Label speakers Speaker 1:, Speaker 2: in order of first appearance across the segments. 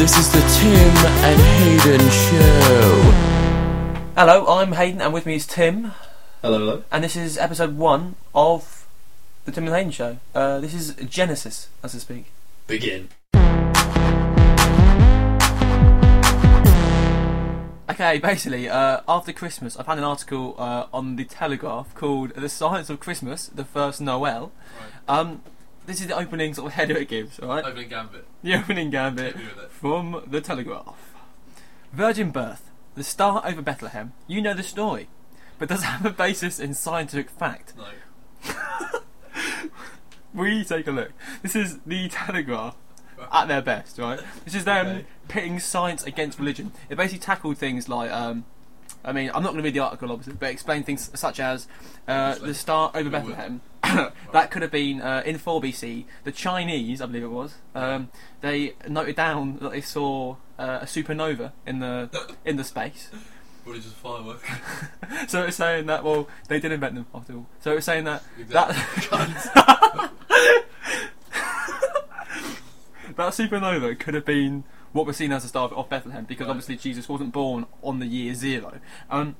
Speaker 1: This is the Tim and Hayden Show.
Speaker 2: Hello, I'm Hayden, and with me is Tim,
Speaker 3: Hello, hello.
Speaker 2: and this is episode one of the Tim and Hayden Show. Uh, this is Genesis, as to speak.
Speaker 3: Begin.
Speaker 2: Okay, basically, uh, after Christmas, I found an article uh, on the Telegraph called "The Science of Christmas: The First Noel." Um, this is the opening sort of header it gives. All right,
Speaker 3: Opening gambit.
Speaker 2: the opening gambit.
Speaker 3: Hit me with it.
Speaker 2: From the Telegraph. Virgin birth, the star over Bethlehem. You know the story, but does it have a basis in scientific fact?
Speaker 3: No.
Speaker 2: We take a look. This is the Telegraph at their best, right? This is them
Speaker 3: Okay.
Speaker 2: pitting science against religion. It basically tackled things like, um, I mean, I'm not going to read the article, obviously, but explain things such as uh,
Speaker 3: Obviously.
Speaker 2: the star over
Speaker 3: We will.
Speaker 2: Bethlehem. that could have been uh, in 4 BC. The Chinese, I believe it was, um, they noted down that they saw uh, a supernova in the in the space.
Speaker 3: What is just firework?
Speaker 2: So it's saying that well, they did invent them after all. So it's saying that
Speaker 3: Exactly.
Speaker 2: That supernova could have been what we're seeing as the star of Bethlehem, because
Speaker 3: Right.
Speaker 2: obviously Jesus wasn't born on the year zero. Um,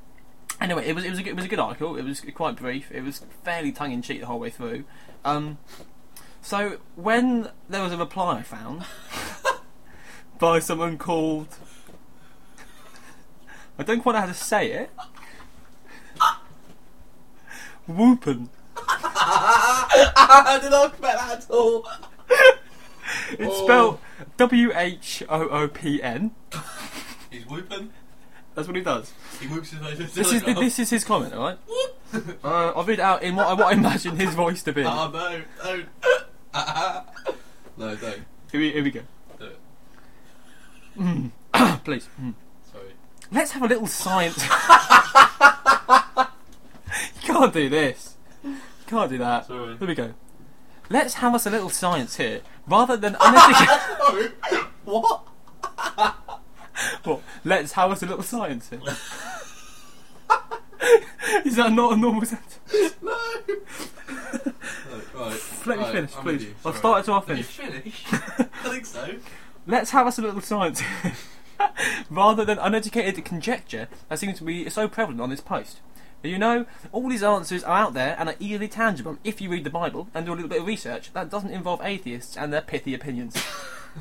Speaker 2: anyway, it was it was a, good- it was a good article. It was quite brief. It was fairly tongue in cheek the whole way through. Um, so when there was a reply I found by someone called, I don't quite know how to say it, Whoopin.
Speaker 3: I did not expect that at all.
Speaker 2: It's
Speaker 3: Oh.
Speaker 2: spelled W H O O P N.
Speaker 3: He's whooping.
Speaker 2: That's what he does.
Speaker 3: He whoops his face.
Speaker 2: This is this is his comment, alright? uh, I'll read it out in what I, what I imagine his voice to be.
Speaker 3: Ah, no, don't. no, don't.
Speaker 2: Here we, here we go.
Speaker 3: Do it.
Speaker 2: Please. Mm.
Speaker 3: Sorry.
Speaker 2: Let's have a little science. you can't do this. You can't do that.
Speaker 3: Sorry.
Speaker 2: Here we go. Let's have us a little science here, rather than uneducated.
Speaker 3: Sorry. what?
Speaker 2: What? Let's have us a little science here. is that not a normal sentence?
Speaker 3: No. no right.
Speaker 2: Let me
Speaker 3: right,
Speaker 2: finish,
Speaker 3: I'm with
Speaker 2: please.
Speaker 3: you,
Speaker 2: I'll start
Speaker 3: sorry.
Speaker 2: it till I
Speaker 3: Did you
Speaker 2: finish.
Speaker 3: finish? I think so.
Speaker 2: Let's have us a little science here, rather than uneducated conjecture that seems to be so prevalent on this post. But You know, all these answers are out there and are easily tangible if you read the Bible and do a little bit of research that doesn't involve atheists and their pithy opinions.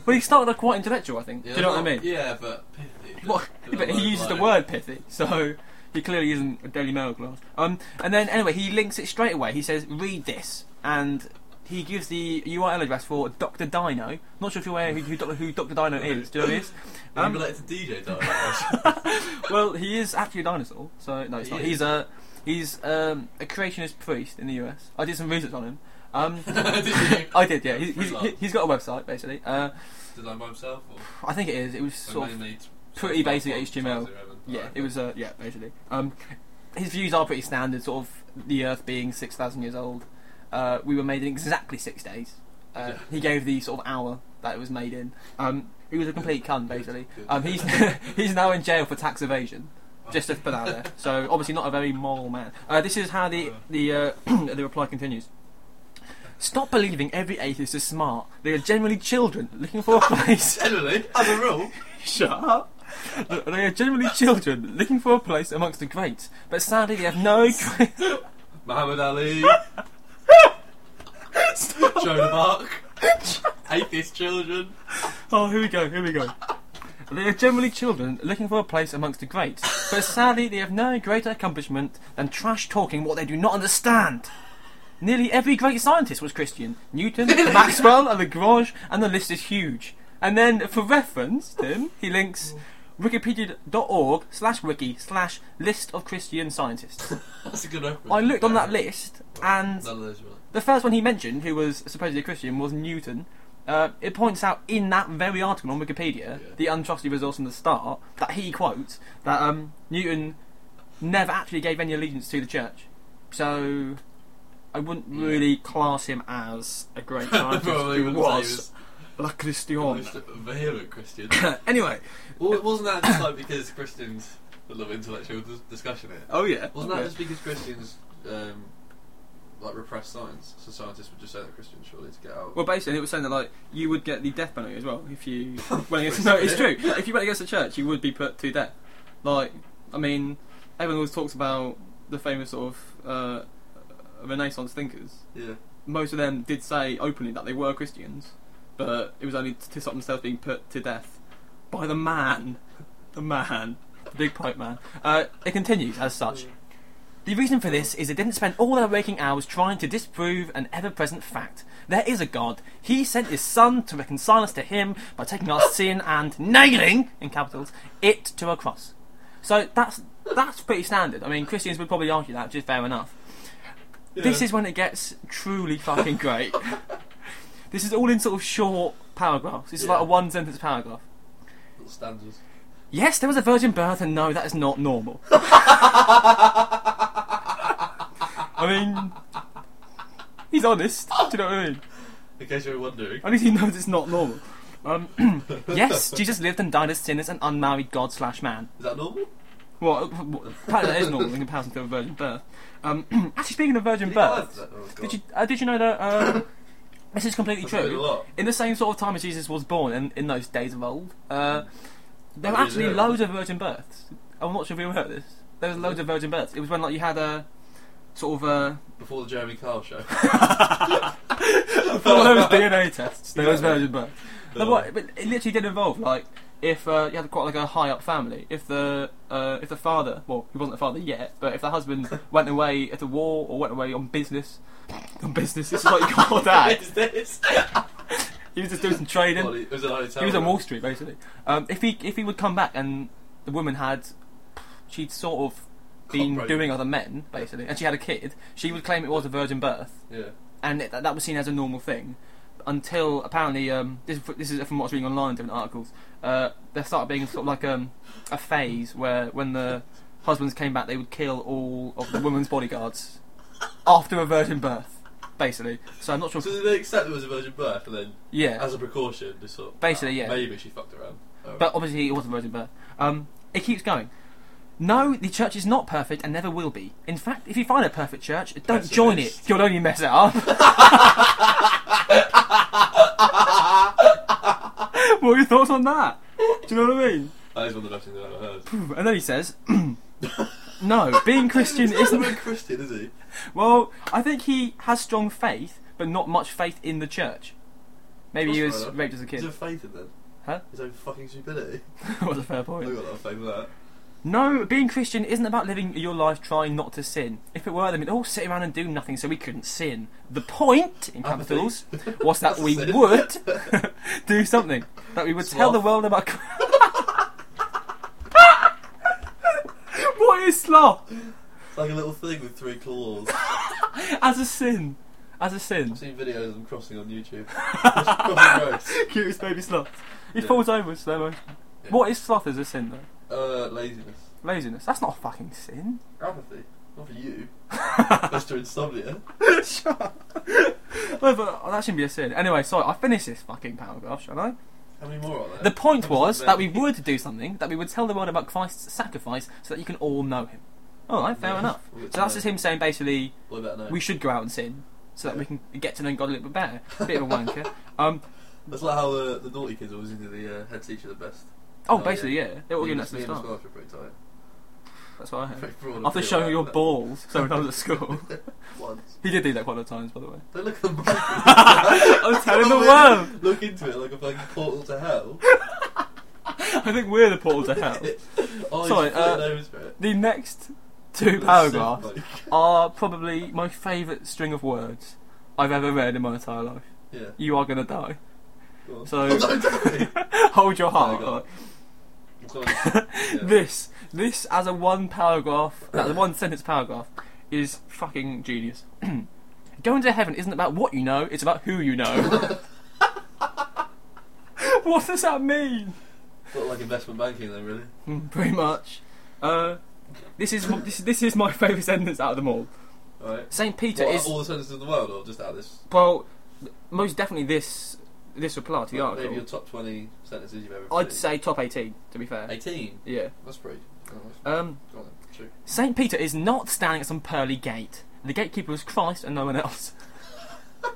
Speaker 2: well, he started off quite intellectual, I think. do you know what I mean?
Speaker 3: Yeah, but pithy.
Speaker 2: Well, but he uses the word pithy, so he clearly isn't a Daily Mail class. Um, and then anyway, he links it straight away. He says, "Read this," and he gives the URL address for Doctor Dino. Not sure if you're aware who, who, Doc- who Doctor Dino is. Do you know who he is?
Speaker 3: I'm
Speaker 2: Um,
Speaker 3: related to DJ Dino.
Speaker 2: well, he is actually a dinosaur, so no, it's
Speaker 3: He
Speaker 2: not.
Speaker 3: is.
Speaker 2: He's a he's um, a creationist priest in the US. I did some research on him. Um,
Speaker 3: Did you?
Speaker 2: I did, yeah. He's,
Speaker 3: Free
Speaker 2: he's,
Speaker 3: love.
Speaker 2: he's got a website basically. Uh,
Speaker 3: Designed by himself, or
Speaker 2: I think it is. It was
Speaker 3: or
Speaker 2: sort of
Speaker 3: mainly
Speaker 2: pretty
Speaker 3: sort of
Speaker 2: basic
Speaker 3: like
Speaker 2: HTML.
Speaker 3: Tyler Evans?
Speaker 2: Yeah,
Speaker 3: Alright,
Speaker 2: it was. Uh, yeah, basically. Um, his views are pretty standard, sort of the Earth being six thousand years old. Uh, we were made in exactly six days. Uh,
Speaker 3: Yeah.
Speaker 2: He gave the sort of hour that it was made in. Um, he was a complete cunt, basically.
Speaker 3: Good, good.
Speaker 2: Um, he's he's now in jail for tax evasion. Just to put that out there. So obviously not a very moral man. Uh, this is how the the uh, the reply continues. Stop believing every atheist is smart. They are generally children looking for a place.
Speaker 3: Generally, as a rule,
Speaker 2: Shut up. They are generally children looking for a place amongst the great, but sadly they have no. great-
Speaker 3: Muhammad Ali, Joan of Arc, atheist children.
Speaker 2: oh, here we go, here we go. They are generally children looking for a place amongst the great, but sadly they have no greater accomplishment than trash talking what they do not understand. Nearly every great scientist was Christian. Newton, Maxwell, and Lagrange, and the list is huge. And then, for reference, Tim, he links wikipedia.org slash wiki slash list of Christian scientists.
Speaker 3: That's a good reference.
Speaker 2: I looked on that list, and
Speaker 3: None of those were.
Speaker 2: the first one he mentioned, who was supposedly a Christian, was Newton. Uh, it points out in that very article on Wikipedia,
Speaker 3: Yeah.
Speaker 2: the untrusty resource from the start, that he quotes that um, Newton never actually gave any allegiance to the church. So I wouldn't
Speaker 3: Yeah.
Speaker 2: really class him as a great scientist.
Speaker 3: Probably
Speaker 2: who
Speaker 3: wouldn't
Speaker 2: was
Speaker 3: say
Speaker 2: La
Speaker 3: he
Speaker 2: Christian.
Speaker 3: was the most Vehement Christian.
Speaker 2: anyway,
Speaker 3: well, it wasn't that just like because Christians love intellectual dis- discussion? It
Speaker 2: oh yeah,
Speaker 3: wasn't that just because Christians um, like repressed science. So scientists would just say that Christians surely to get out.
Speaker 2: Well, basically, it was saying that like you would get the death penalty as well if you went against. no, it's true. If you went against the church, you would be put to death. Like, I mean, everyone always talks about the famous sort of uh, Renaissance thinkers.
Speaker 3: yeah.
Speaker 2: Most of them did say openly that they were Christians, but it was only to stop themselves being put to death by the man, the man, the big pipe man. Uh, it continues as such. The reason for this is they didn't spend all their waking hours trying to disprove an ever present fact. There is a God. He sent his Son to reconcile us to Him by taking our sin and nailing, in capitals, it to a cross. So that's, that's pretty standard. I mean, Christians would probably argue that, which is fair enough. This
Speaker 3: Yeah.
Speaker 2: is when it gets truly fucking great. this is all in sort of short paragraphs. It's like
Speaker 3: Yeah.
Speaker 2: a one sentence paragraph.
Speaker 3: Little standards.
Speaker 2: Yes, there was a virgin birth, and no, that is not normal. I mean, he's honest. Do you know what I mean?
Speaker 3: In case you were wondering.
Speaker 2: At least he knows it's not normal. Um, yes, Jesus lived and died as sinners and unmarried God slash man.
Speaker 3: Is that normal?
Speaker 2: Well, uh, apparently that is normal in comparison to a virgin birth. Um, actually, speaking of virgin births,
Speaker 3: Oh,
Speaker 2: did you uh, did you know that uh, this is completely
Speaker 3: That's a bit of a
Speaker 2: true?
Speaker 3: lot.
Speaker 2: In the same sort of time as Jesus was born, in, in those days of old, uh, there were
Speaker 3: Oh, yeah,
Speaker 2: actually
Speaker 3: yeah.
Speaker 2: loads of virgin births. I'm not sure if you heard this. There was loads of virgin births. It was when like you had a sort of uh, a
Speaker 3: Before the Jeremy Kyle show.
Speaker 2: all those DNA tests. There was
Speaker 3: Yeah.
Speaker 2: virgin births. No, but, but it literally did involve like if uh, you had quite like a high up family, if the uh, if the father, well, he wasn't a father yet, but if the husband went away at a war or went away on business, on business, this is what you call
Speaker 3: What
Speaker 2: that.
Speaker 3: is this?
Speaker 2: He was just doing some trading.
Speaker 3: Well, it was an hotel.
Speaker 2: He was on
Speaker 3: room.
Speaker 2: Wall Street basically. Um, if he if he would come back and the woman had, she'd sort of been
Speaker 3: Cockroach.
Speaker 2: doing other men basically, and she had a kid, she would claim it was a virgin birth,
Speaker 3: Yeah.
Speaker 2: and it, that, that was seen as a normal thing until apparently um, this, this is from what's reading online in different articles. Uh, there started being sort of like um, a phase where when the husbands came back, they would kill all of the woman's bodyguards after a virgin birth, basically. So I'm not sure.
Speaker 3: So did they accept it was a virgin birth, and then
Speaker 2: yeah,
Speaker 3: as a precaution, just sort of,
Speaker 2: Basically,
Speaker 3: ah,
Speaker 2: yeah.
Speaker 3: Maybe she fucked around. Oh,
Speaker 2: But obviously, it was a virgin birth. Um, it keeps going. No, the church is not perfect and never will be. In fact, if you find a perfect church, don't
Speaker 3: Pessimist.
Speaker 2: join it. You'll only mess it up. what are your thoughts on that? Do you know what I mean?
Speaker 3: that is one of the best things I've ever heard.
Speaker 2: And then he says, "No, being Christian
Speaker 3: He's not
Speaker 2: isn't."
Speaker 3: a Christian, is he?
Speaker 2: Well, I think he has strong faith, but not much faith in the church. Maybe he
Speaker 3: That's
Speaker 2: was
Speaker 3: fair enough.
Speaker 2: raped as a
Speaker 3: He's
Speaker 2: kid.
Speaker 3: a faith in them.
Speaker 2: Huh?
Speaker 3: His own fucking stupidity.
Speaker 2: What's a fair
Speaker 3: I
Speaker 2: point?
Speaker 3: got a lot of faith in that.
Speaker 2: No, being Christian isn't about living your life trying not to sin. If it were, then we'd all sit around and do nothing so we couldn't sin. The point, in capitals, was that
Speaker 3: That's
Speaker 2: we
Speaker 3: sin.
Speaker 2: would do something. That we would tell the
Speaker 3: Sloth.
Speaker 2: world about. what is sloth?
Speaker 3: It's like a little thing with three claws.
Speaker 2: As a sin. As a sin.
Speaker 3: I've seen videos of them crossing on YouTube. It's fucking gross.
Speaker 2: Cutest baby sloth. He
Speaker 3: Yeah.
Speaker 2: falls over in slow motion.
Speaker 3: Yeah.
Speaker 2: What is sloth as a sin, though?
Speaker 3: Uh, laziness.
Speaker 2: Laziness. That's not a fucking sin.
Speaker 3: Apathy. Not for you. Mr. Insomnia.
Speaker 2: Well, but that shouldn't be a sin. Anyway, sorry, I'll finish this fucking paragraph, shall I?
Speaker 3: How many more are there?
Speaker 2: The point
Speaker 3: How many
Speaker 2: was
Speaker 3: are
Speaker 2: that we
Speaker 3: there?
Speaker 2: would do something, that we would tell the world about Christ's sacrifice so that you can Oh, all know him. Alright, fair
Speaker 3: Yeah.
Speaker 2: enough.
Speaker 3: Well, it's
Speaker 2: So that's
Speaker 3: nice.
Speaker 2: just him saying basically,
Speaker 3: Well, better know.
Speaker 2: we should go out and sin so that
Speaker 3: Yeah.
Speaker 2: we can get to know God a little bit better. Bit of a wanker. Um,
Speaker 3: That's like how uh, the, the naughty kids always into the uh, head teacher the best.
Speaker 2: oh,
Speaker 3: Oh,
Speaker 2: basically, yeah. They were all
Speaker 3: Me
Speaker 2: giving
Speaker 3: and-
Speaker 2: us the
Speaker 3: me and
Speaker 2: start.
Speaker 3: Scarlett were pretty tight.
Speaker 2: That's what I heard.
Speaker 3: Pretty broad and
Speaker 2: After
Speaker 3: pretty
Speaker 2: showing
Speaker 3: wide,
Speaker 2: your
Speaker 3: but-
Speaker 2: balls, so when I was at school.
Speaker 3: Once.
Speaker 2: He did do that quite a lot of times, by the way.
Speaker 3: Don't look at the
Speaker 2: I'm telling the world!
Speaker 3: Look into it like a fucking portal to hell.
Speaker 2: I think we're the portal to hell.
Speaker 3: Oh,
Speaker 2: Sorry, uh, The next two paragraphs are probably my favourite string of words I've ever read in my entire life.
Speaker 3: Yeah.
Speaker 2: You are gonna die.
Speaker 3: go on.
Speaker 2: So-
Speaker 3: Oh, no, don't.
Speaker 2: Hold your heart.
Speaker 3: There you go.
Speaker 2: like,
Speaker 3: Go on. Yeah.
Speaker 2: This, this as a one paragraph, as a one sentence paragraph, is fucking genius. Going to heaven isn't about what you know; it's about who you know. what does that mean?
Speaker 3: Sort of like investment banking, then, really.
Speaker 2: Hmm, Pretty much. Uh, this is this, this is my favourite sentence out of them all.
Speaker 3: Alright.
Speaker 2: Saint Peter
Speaker 3: What,
Speaker 2: is
Speaker 3: all the sentences in the world, or just out of this?
Speaker 2: well, most definitely this this reply to the
Speaker 3: Maybe your
Speaker 2: article.
Speaker 3: top 20 sentences you've ever
Speaker 2: I'd
Speaker 3: received.
Speaker 2: say top eighteen, to be fair.
Speaker 3: 18.
Speaker 2: Yeah.
Speaker 3: That's pretty. Oh, that's-
Speaker 2: Um,
Speaker 3: go on then, shoot.
Speaker 2: St. Peter is not standing at some pearly gate. The gatekeeper was Christ and no one else.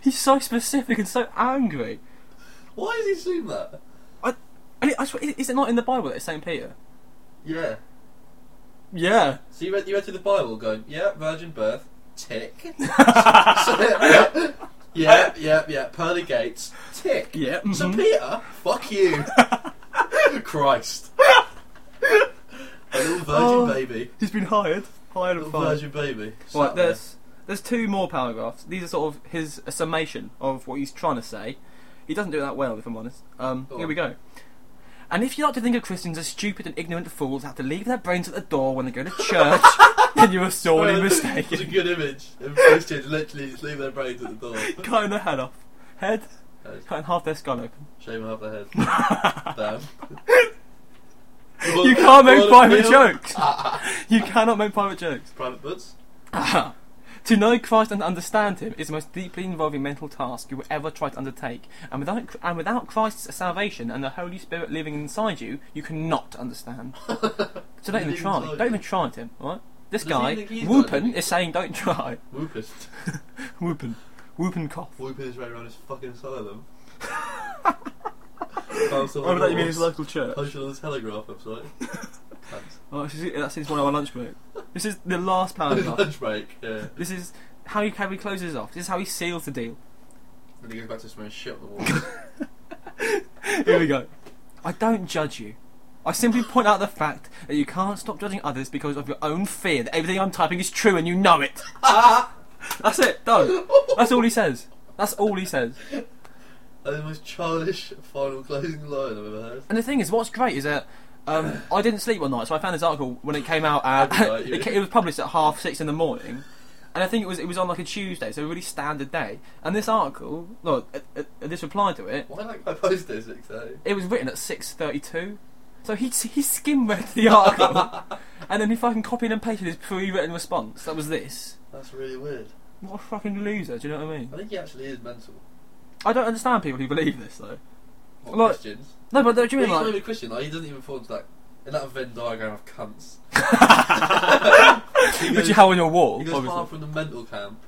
Speaker 2: He's so specific and so angry.
Speaker 3: Why does he assume that?
Speaker 2: And it, I swear, is it not in the Bible that it's St. Peter?
Speaker 3: Yeah.
Speaker 2: Yeah.
Speaker 3: So you read you read through the Bible, going, yeah, virgin birth, tick. yeah, yeah, yeah, yeah, pearly gates, tick.
Speaker 2: Yeah.
Speaker 3: So
Speaker 2: mhm.
Speaker 3: Peter, fuck you, Christ, a little virgin
Speaker 2: Oh.
Speaker 3: baby,
Speaker 2: He's been hired. Hired
Speaker 3: little
Speaker 2: and fired.
Speaker 3: virgin baby. sat
Speaker 2: Oh, Right,
Speaker 3: there.
Speaker 2: there's there's two more paragraphs. These are sort of his a summation of what he's trying to say. He doesn't do it that well, if I'm honest. Um,
Speaker 3: Go
Speaker 2: here
Speaker 3: on.
Speaker 2: we go. And if you like to think of Christians as stupid and ignorant fools that have to leave their brains at the door when they go to church, then you are sorely
Speaker 3: It's a
Speaker 2: mistaken.
Speaker 3: good image. of Christians literally just leave their brains at the door.
Speaker 2: Cutting their head off, head cutting half their skull open.
Speaker 3: Shame I have the head. Damn.
Speaker 2: You can't make private jokes. You cannot make private jokes.
Speaker 3: Private buds.
Speaker 2: To know Christ and understand Him is the most deeply involving mental task you will ever try to undertake, and without and without Christ's salvation and the Holy Spirit living inside you, you cannot understand. so don't even
Speaker 3: Living
Speaker 2: try.
Speaker 3: inside
Speaker 2: Don't even
Speaker 3: you.
Speaker 2: try it, right? This
Speaker 3: Does he
Speaker 2: guy
Speaker 3: think he's got
Speaker 2: whooping
Speaker 3: anything?
Speaker 2: is saying don't try.
Speaker 3: Whoopist.
Speaker 2: Whooping, whooping cough.
Speaker 3: Whooping his way around his fucking asylum. Council on the walls.
Speaker 2: local church.
Speaker 3: Posted on the Telegraph website. Thanks.
Speaker 2: Oh, this is- that's his one hour lunch break. This is the last paragraph.
Speaker 3: Lunch break. Yeah.
Speaker 2: this is how he, how he closes off. This is how he seals the deal.
Speaker 3: Then he goes back to smearing shit on the wall.
Speaker 2: Here we go. I don't judge you. I simply point out the fact that you can't stop judging others because of your own fear that everything I'm typing is true and you know it. That's it, done. That's all he says. That's all he says.
Speaker 3: That's the most childish final closing line I've ever heard.
Speaker 2: And the thing is, what's great is that um, I didn't sleep one night, so I found this article when it came out
Speaker 3: Every
Speaker 2: at
Speaker 3: night,
Speaker 2: it,
Speaker 3: yeah.
Speaker 2: ca- it was published at half six in the morning, and I think it was it was on like a Tuesday, so a really standard day. And this article, no, uh, uh, this reply to it,
Speaker 3: Why did I post this at 6 a.m.?
Speaker 2: It was written at six thirty-two, so he he skim read the article, and then he fucking copied and pasted his pre-written response. That was this.
Speaker 3: That's really weird.
Speaker 2: What a fucking loser! Do you know what I mean?
Speaker 3: I think he actually is mental.
Speaker 2: I don't understand people who believe this though.
Speaker 3: What,
Speaker 2: Like-
Speaker 3: Christians?
Speaker 2: No, but do you
Speaker 3: He's
Speaker 2: mean
Speaker 3: not even
Speaker 2: like?
Speaker 3: a Christian. Like, he doesn't even fall into that in that Venn diagram of cunts. he
Speaker 2: Which
Speaker 3: goes,
Speaker 2: you have on your wall,
Speaker 3: he goes
Speaker 2: obviously.
Speaker 3: far from the mental camp,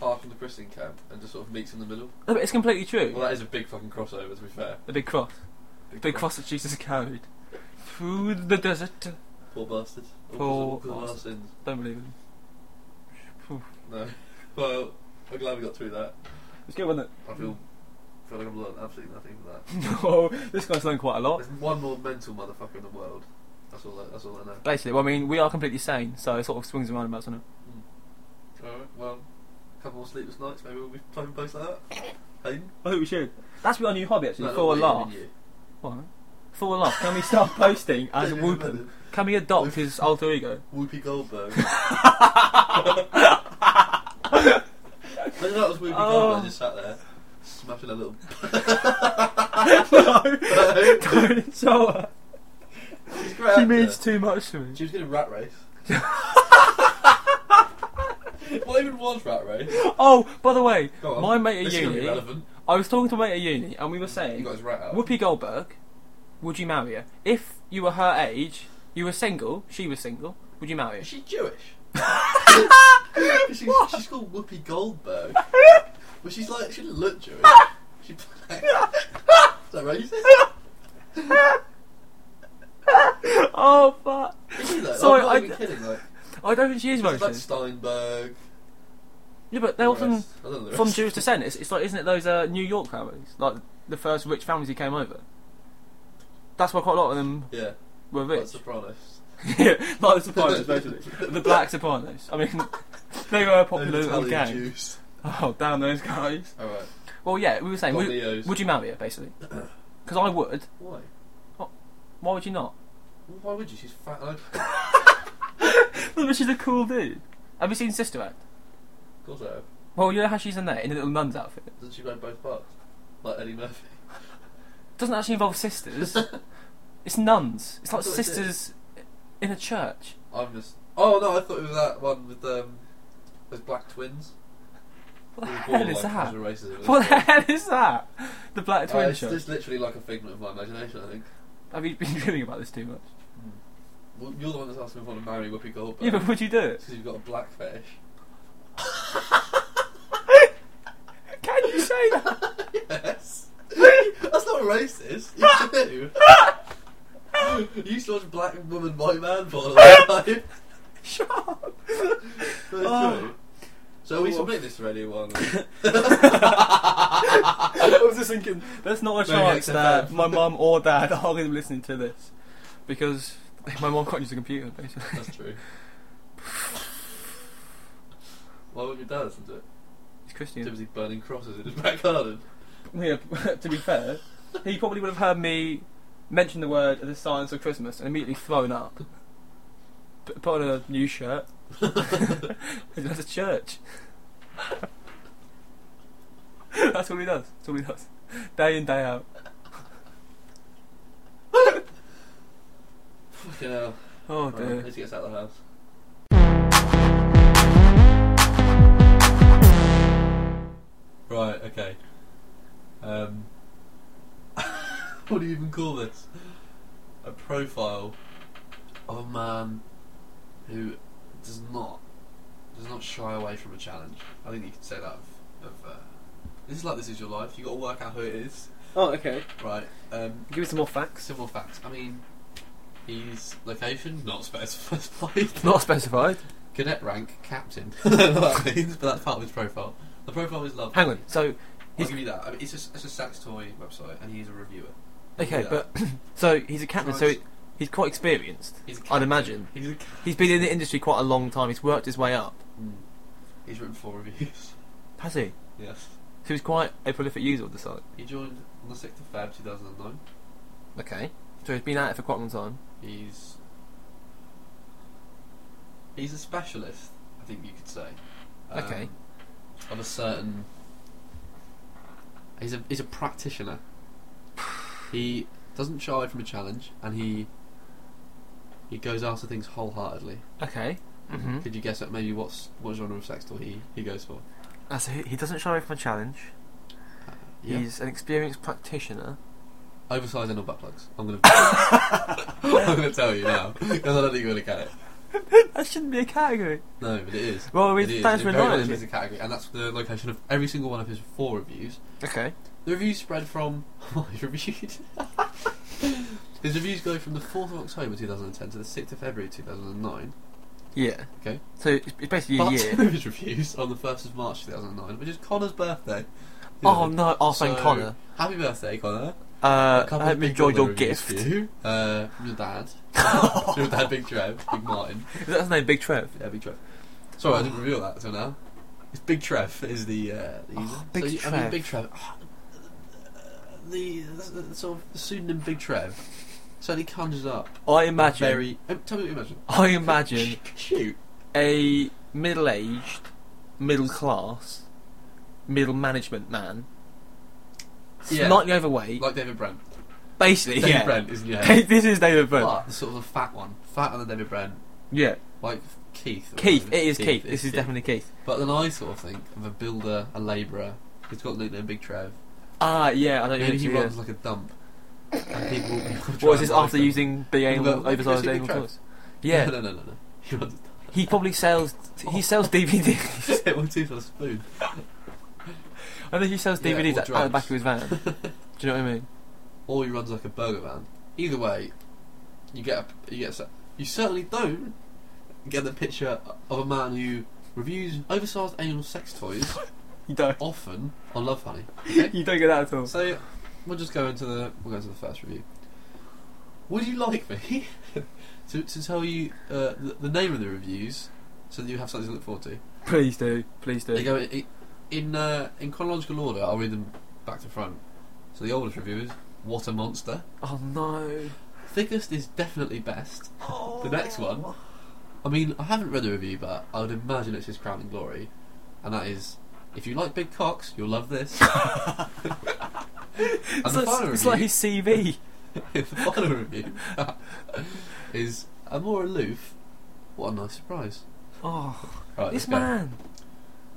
Speaker 3: far from the Christian camp, and just sort of meets in the middle.
Speaker 2: No, but it's completely true.
Speaker 3: Well, that is a big fucking crossover. To be fair,
Speaker 2: The big cross, big cross that Jesus carried through the desert.
Speaker 3: Poor bastard. All
Speaker 2: Poor
Speaker 3: because of- because of
Speaker 2: Don't believe him.
Speaker 3: our sins. No. Well, I'm glad we got through that.
Speaker 2: It's good, wasn't
Speaker 3: I feel feel like I've learned absolutely nothing from that.
Speaker 2: it? no, this guy's learned quite a lot.
Speaker 3: There's one more mental motherfucker in the world. That's all. I, that's all I know.
Speaker 2: Basically, well, I mean, we are completely sane, so it sort of swings around about, doesn't it?
Speaker 3: All right. Well, a couple more sleepless nights. Maybe we'll be playing post like that. Hayden.
Speaker 2: I think we should. That's our new hobby, actually.
Speaker 3: No,
Speaker 2: for a
Speaker 3: not Hayden,
Speaker 2: laugh.
Speaker 3: you.
Speaker 2: What? For a laugh. Can we start posting as
Speaker 3: Yeah,
Speaker 2: Whoopen?
Speaker 3: imagine.
Speaker 2: Can we adopt his alter ego?
Speaker 3: Whoopi Goldberg. Imagine that was Whoopi
Speaker 2: Oh.
Speaker 3: Goldberg just sat there, smashing a little.
Speaker 2: Don't insult her.
Speaker 3: She's a great
Speaker 2: She
Speaker 3: actor.
Speaker 2: means too much to me.
Speaker 3: She was good in Rat Race. what even was Rat Race?
Speaker 2: Oh, by the way,
Speaker 3: Go on.
Speaker 2: my mate at
Speaker 3: This is gonna be
Speaker 2: uni.
Speaker 3: relevant.
Speaker 2: I was talking to a mate at uni, and we were
Speaker 3: He
Speaker 2: saying,
Speaker 3: got his rat out.
Speaker 2: Whoopi Goldberg, would you marry her? If you were her age, you were single, she was single, would you marry her?
Speaker 3: Is she Jewish? she's, she's called Whoopi Goldberg. but she's like, she doesn't look Jewish. She's black. Is that racist?
Speaker 2: Oh, fuck.
Speaker 3: Is she oh, though?
Speaker 2: Sorry,
Speaker 3: I'm not
Speaker 2: I-
Speaker 3: even kidding. Like,
Speaker 2: I don't think she is
Speaker 3: it's like
Speaker 2: racist.
Speaker 3: Steinberg.
Speaker 2: Yeah, but they
Speaker 3: the
Speaker 2: often,
Speaker 3: rest. I don't know the
Speaker 2: from
Speaker 3: rest.
Speaker 2: Jewish descent, it's, it's like, isn't it those uh, New York families? Like, the first rich families who came over? That's why quite a lot of them
Speaker 3: Yeah,
Speaker 2: were
Speaker 3: like
Speaker 2: rich.
Speaker 3: Sopranos.
Speaker 2: Yeah, like the Sopranos, basically. the Black Sopranos. I mean, they were a popular
Speaker 3: Those
Speaker 2: little
Speaker 3: Italian
Speaker 2: gang.
Speaker 3: Jews.
Speaker 2: Oh, damn those guys.
Speaker 3: All right.
Speaker 2: Well, yeah, we were saying,
Speaker 3: Got
Speaker 2: would,
Speaker 3: Leos.
Speaker 2: would you marry her, basically? Because I would.
Speaker 3: Why?
Speaker 2: Why would you not?
Speaker 3: Why would you? She's fat. and ugly.
Speaker 2: No, but she's a cool dude. Have you seen Sister Act?
Speaker 3: Of course I have.
Speaker 2: Well, you know how she's in there, in a little nun's outfit.
Speaker 3: Doesn't she play both parts? Like Eddie Murphy.
Speaker 2: doesn't actually involve sisters. it's nuns. It's like
Speaker 3: thought it did.
Speaker 2: sisters in a church.
Speaker 3: I'm just. Oh no, I thought it was that one with um, those black twins.
Speaker 2: What the
Speaker 3: It was
Speaker 2: hell is
Speaker 3: borderline
Speaker 2: that?
Speaker 3: cultural racism,
Speaker 2: What the
Speaker 3: isn't it?
Speaker 2: hell is that? The Black
Speaker 3: Uh,
Speaker 2: Twin
Speaker 3: it's
Speaker 2: show.
Speaker 3: just literally like a figment of my imagination, I think.
Speaker 2: Have you been dreaming about this too much?
Speaker 3: Well, you're the one that's asking me if I want to marry Whoopi Goldberg.
Speaker 2: Yeah, but would you do it?
Speaker 3: because you've got a black fetish.
Speaker 2: Can you say that?
Speaker 3: Yes. That's not racist. You do. you used to watch Black Woman White Man porn all the time.
Speaker 2: Shut up.
Speaker 3: That's
Speaker 2: Oh.
Speaker 3: true. So we submit this for anyone.
Speaker 2: I was just thinking, there's not a
Speaker 3: Maybe
Speaker 2: chance that
Speaker 3: XFL.
Speaker 2: my mum or dad are going to be listening to this because my mum can't use a computer, basically.
Speaker 3: That's true. Why would your dad listen to it?
Speaker 2: He's
Speaker 3: Too
Speaker 2: Christian.
Speaker 3: busy burning crosses in his back garden.
Speaker 2: Yeah, to be fair, he probably would have heard me mention the word the science of Christmas and immediately thrown up. P- Put on a new shirt. he goes to church. That's all he does. That's all he does. Day in, day out.
Speaker 3: Fucking hell.
Speaker 2: Oh
Speaker 3: Right,
Speaker 2: dear.
Speaker 3: need to get us out of the house. Right, okay. Um, what do you even call this? A profile of a man who does not does not shy away from a challenge. I think you can say that of, of uh, this is like this is your life. You got to work out who it is,
Speaker 2: Oh, okay.
Speaker 3: right? Um,
Speaker 2: Give me some more facts.
Speaker 3: simple facts. I mean, he's location not specified.
Speaker 2: Not specified.
Speaker 3: Cadet rank, captain. I don't know what that means, but that's part of his profile. The profile is lovely.
Speaker 2: Hang on. So,
Speaker 3: I'll
Speaker 2: he's-
Speaker 3: give you that. I mean, it's just it's a sex toy website, and he's a reviewer.
Speaker 2: okay,
Speaker 3: Yeah.
Speaker 2: but so he's a captain. So
Speaker 3: Nice.
Speaker 2: he's quite experienced.
Speaker 3: he's a
Speaker 2: I'd
Speaker 3: captain.
Speaker 2: imagine
Speaker 3: he's a ca-
Speaker 2: he's been in the industry quite a long time. He's worked his way up.
Speaker 3: Mm. He's written four reviews.
Speaker 2: Has he?
Speaker 3: yes,
Speaker 2: So he's quite a prolific user of the site.
Speaker 3: he joined on the sixth of Feb, two thousand and nine.
Speaker 2: Okay. So he's been at it for quite a long time.
Speaker 3: He's he's a specialist, I think you could say. um,
Speaker 2: Okay.
Speaker 3: Of a certain. He's a he's a practitioner. he doesn't shy away from a challenge, and he he goes after things wholeheartedly.
Speaker 2: Okay. Mm-hmm.
Speaker 3: Could you guess at maybe what's what genre of sex toy he he goes for?
Speaker 2: So he he doesn't shy away from a challenge.
Speaker 3: Yeah.
Speaker 2: He's an experienced practitioner.
Speaker 3: Oversized anal butt plugs. I'm gonna I'm gonna tell you now because I don't think you're gonna get it.
Speaker 2: That shouldn't be a category.
Speaker 3: No, but it is.
Speaker 2: Well,
Speaker 3: It
Speaker 2: we
Speaker 3: is,
Speaker 2: thanks
Speaker 3: it
Speaker 2: for
Speaker 3: very much
Speaker 2: enlightening
Speaker 3: is
Speaker 2: me.
Speaker 3: a category, and that's the location of every single one of his four reviews.
Speaker 2: Okay.
Speaker 3: The reviews spread from what he reviewed. his reviews go from the fourth of October 2010 to the sixth of February 2009.
Speaker 2: Yeah.
Speaker 3: Okay.
Speaker 2: So it's it's basically
Speaker 3: But
Speaker 2: a
Speaker 3: two
Speaker 2: year.
Speaker 3: of his reviews on the first of March 2009, which is Connor's birthday.
Speaker 2: Oh no! Our friend
Speaker 3: So-
Speaker 2: Connor.
Speaker 3: Happy birthday, Connor!
Speaker 2: Uh,
Speaker 3: A couple
Speaker 2: I hope
Speaker 3: of
Speaker 2: you
Speaker 3: big
Speaker 2: enjoyed your
Speaker 3: brother reviews
Speaker 2: gift.
Speaker 3: for
Speaker 2: Is
Speaker 3: you. Uh, from your dad, your dad, Big Trev, Big Martin.
Speaker 2: that his name? Big Trev.
Speaker 3: Yeah, Big Trev. Sorry, I didn't reveal that until now. It's Big Trev is the, uh, the user.
Speaker 2: Ah, Big
Speaker 3: so you- I mean,
Speaker 2: Trev.
Speaker 3: Big Trev. ah, the, the, the sort of the pseudonym Big Trev certainly conjures up
Speaker 2: I
Speaker 3: a
Speaker 2: imagine.
Speaker 3: very. Um, tell me what you imagine.
Speaker 2: I imagine
Speaker 3: Shoot.
Speaker 2: a middle-aged, middle-class, middle management man,
Speaker 3: Yeah.
Speaker 2: slightly overweight.
Speaker 3: Like David Brent.
Speaker 2: basically,
Speaker 3: David
Speaker 2: yeah.
Speaker 3: Brent, isn't he?
Speaker 2: this is David Brent.
Speaker 3: But the sort of the fat one, fatter than David Brent,
Speaker 2: Yeah,
Speaker 3: like Keith. or
Speaker 2: Keith.
Speaker 3: whatever.
Speaker 2: It is Keith.
Speaker 3: it's
Speaker 2: This is definitely Keith.
Speaker 3: But then I sort of think of a builder, a labourer. He's got the nickname Big Trev.
Speaker 2: Ah, yeah. I know
Speaker 3: Maybe he
Speaker 2: you. Yeah.
Speaker 3: runs like a dump. And people, people try
Speaker 2: What is
Speaker 3: and
Speaker 2: this
Speaker 3: like
Speaker 2: after
Speaker 3: him.
Speaker 2: using big anal
Speaker 3: Well,
Speaker 2: oversized
Speaker 3: Big
Speaker 2: anal
Speaker 3: Trev.
Speaker 2: toys? Yeah,
Speaker 3: No, no, no, no. no. He runs
Speaker 2: he probably sells. He sells DVDs.
Speaker 3: it one tooth on a spoon.
Speaker 2: I think he sells
Speaker 3: Yeah,
Speaker 2: DVDs
Speaker 3: or
Speaker 2: out the
Speaker 3: drugs.
Speaker 2: back of his van. Do you know what I mean?
Speaker 3: Or he runs like a burger van. Either way, you get a, you get a, se- you certainly don't get the picture of a man who reviews oversized anal sex toys
Speaker 2: You don't.
Speaker 3: often on Love Honey.
Speaker 2: You don't get that at all.
Speaker 3: So we'll just go into the we'll go into the first review. Would you like me to, to tell you uh, the, the name of the reviews so that you have something to look forward to?
Speaker 2: Please do. Please do.
Speaker 3: They go in in, uh, in chronological order. I'll read them back to front. So the oldest review is "What a monster."
Speaker 2: Oh no.
Speaker 3: Thickest is definitely best.
Speaker 2: Oh,
Speaker 3: The next one. I mean, I haven't read the review, but I would imagine it's his crowning glory, and that is, if you like big cocks, you'll love this. and
Speaker 2: It's
Speaker 3: the
Speaker 2: like,
Speaker 3: final
Speaker 2: it's
Speaker 3: review,
Speaker 2: like his CV.
Speaker 3: the final review is a more aloof. What a nice surprise!
Speaker 2: Oh,
Speaker 3: Right,
Speaker 2: this
Speaker 3: let's go.
Speaker 2: man.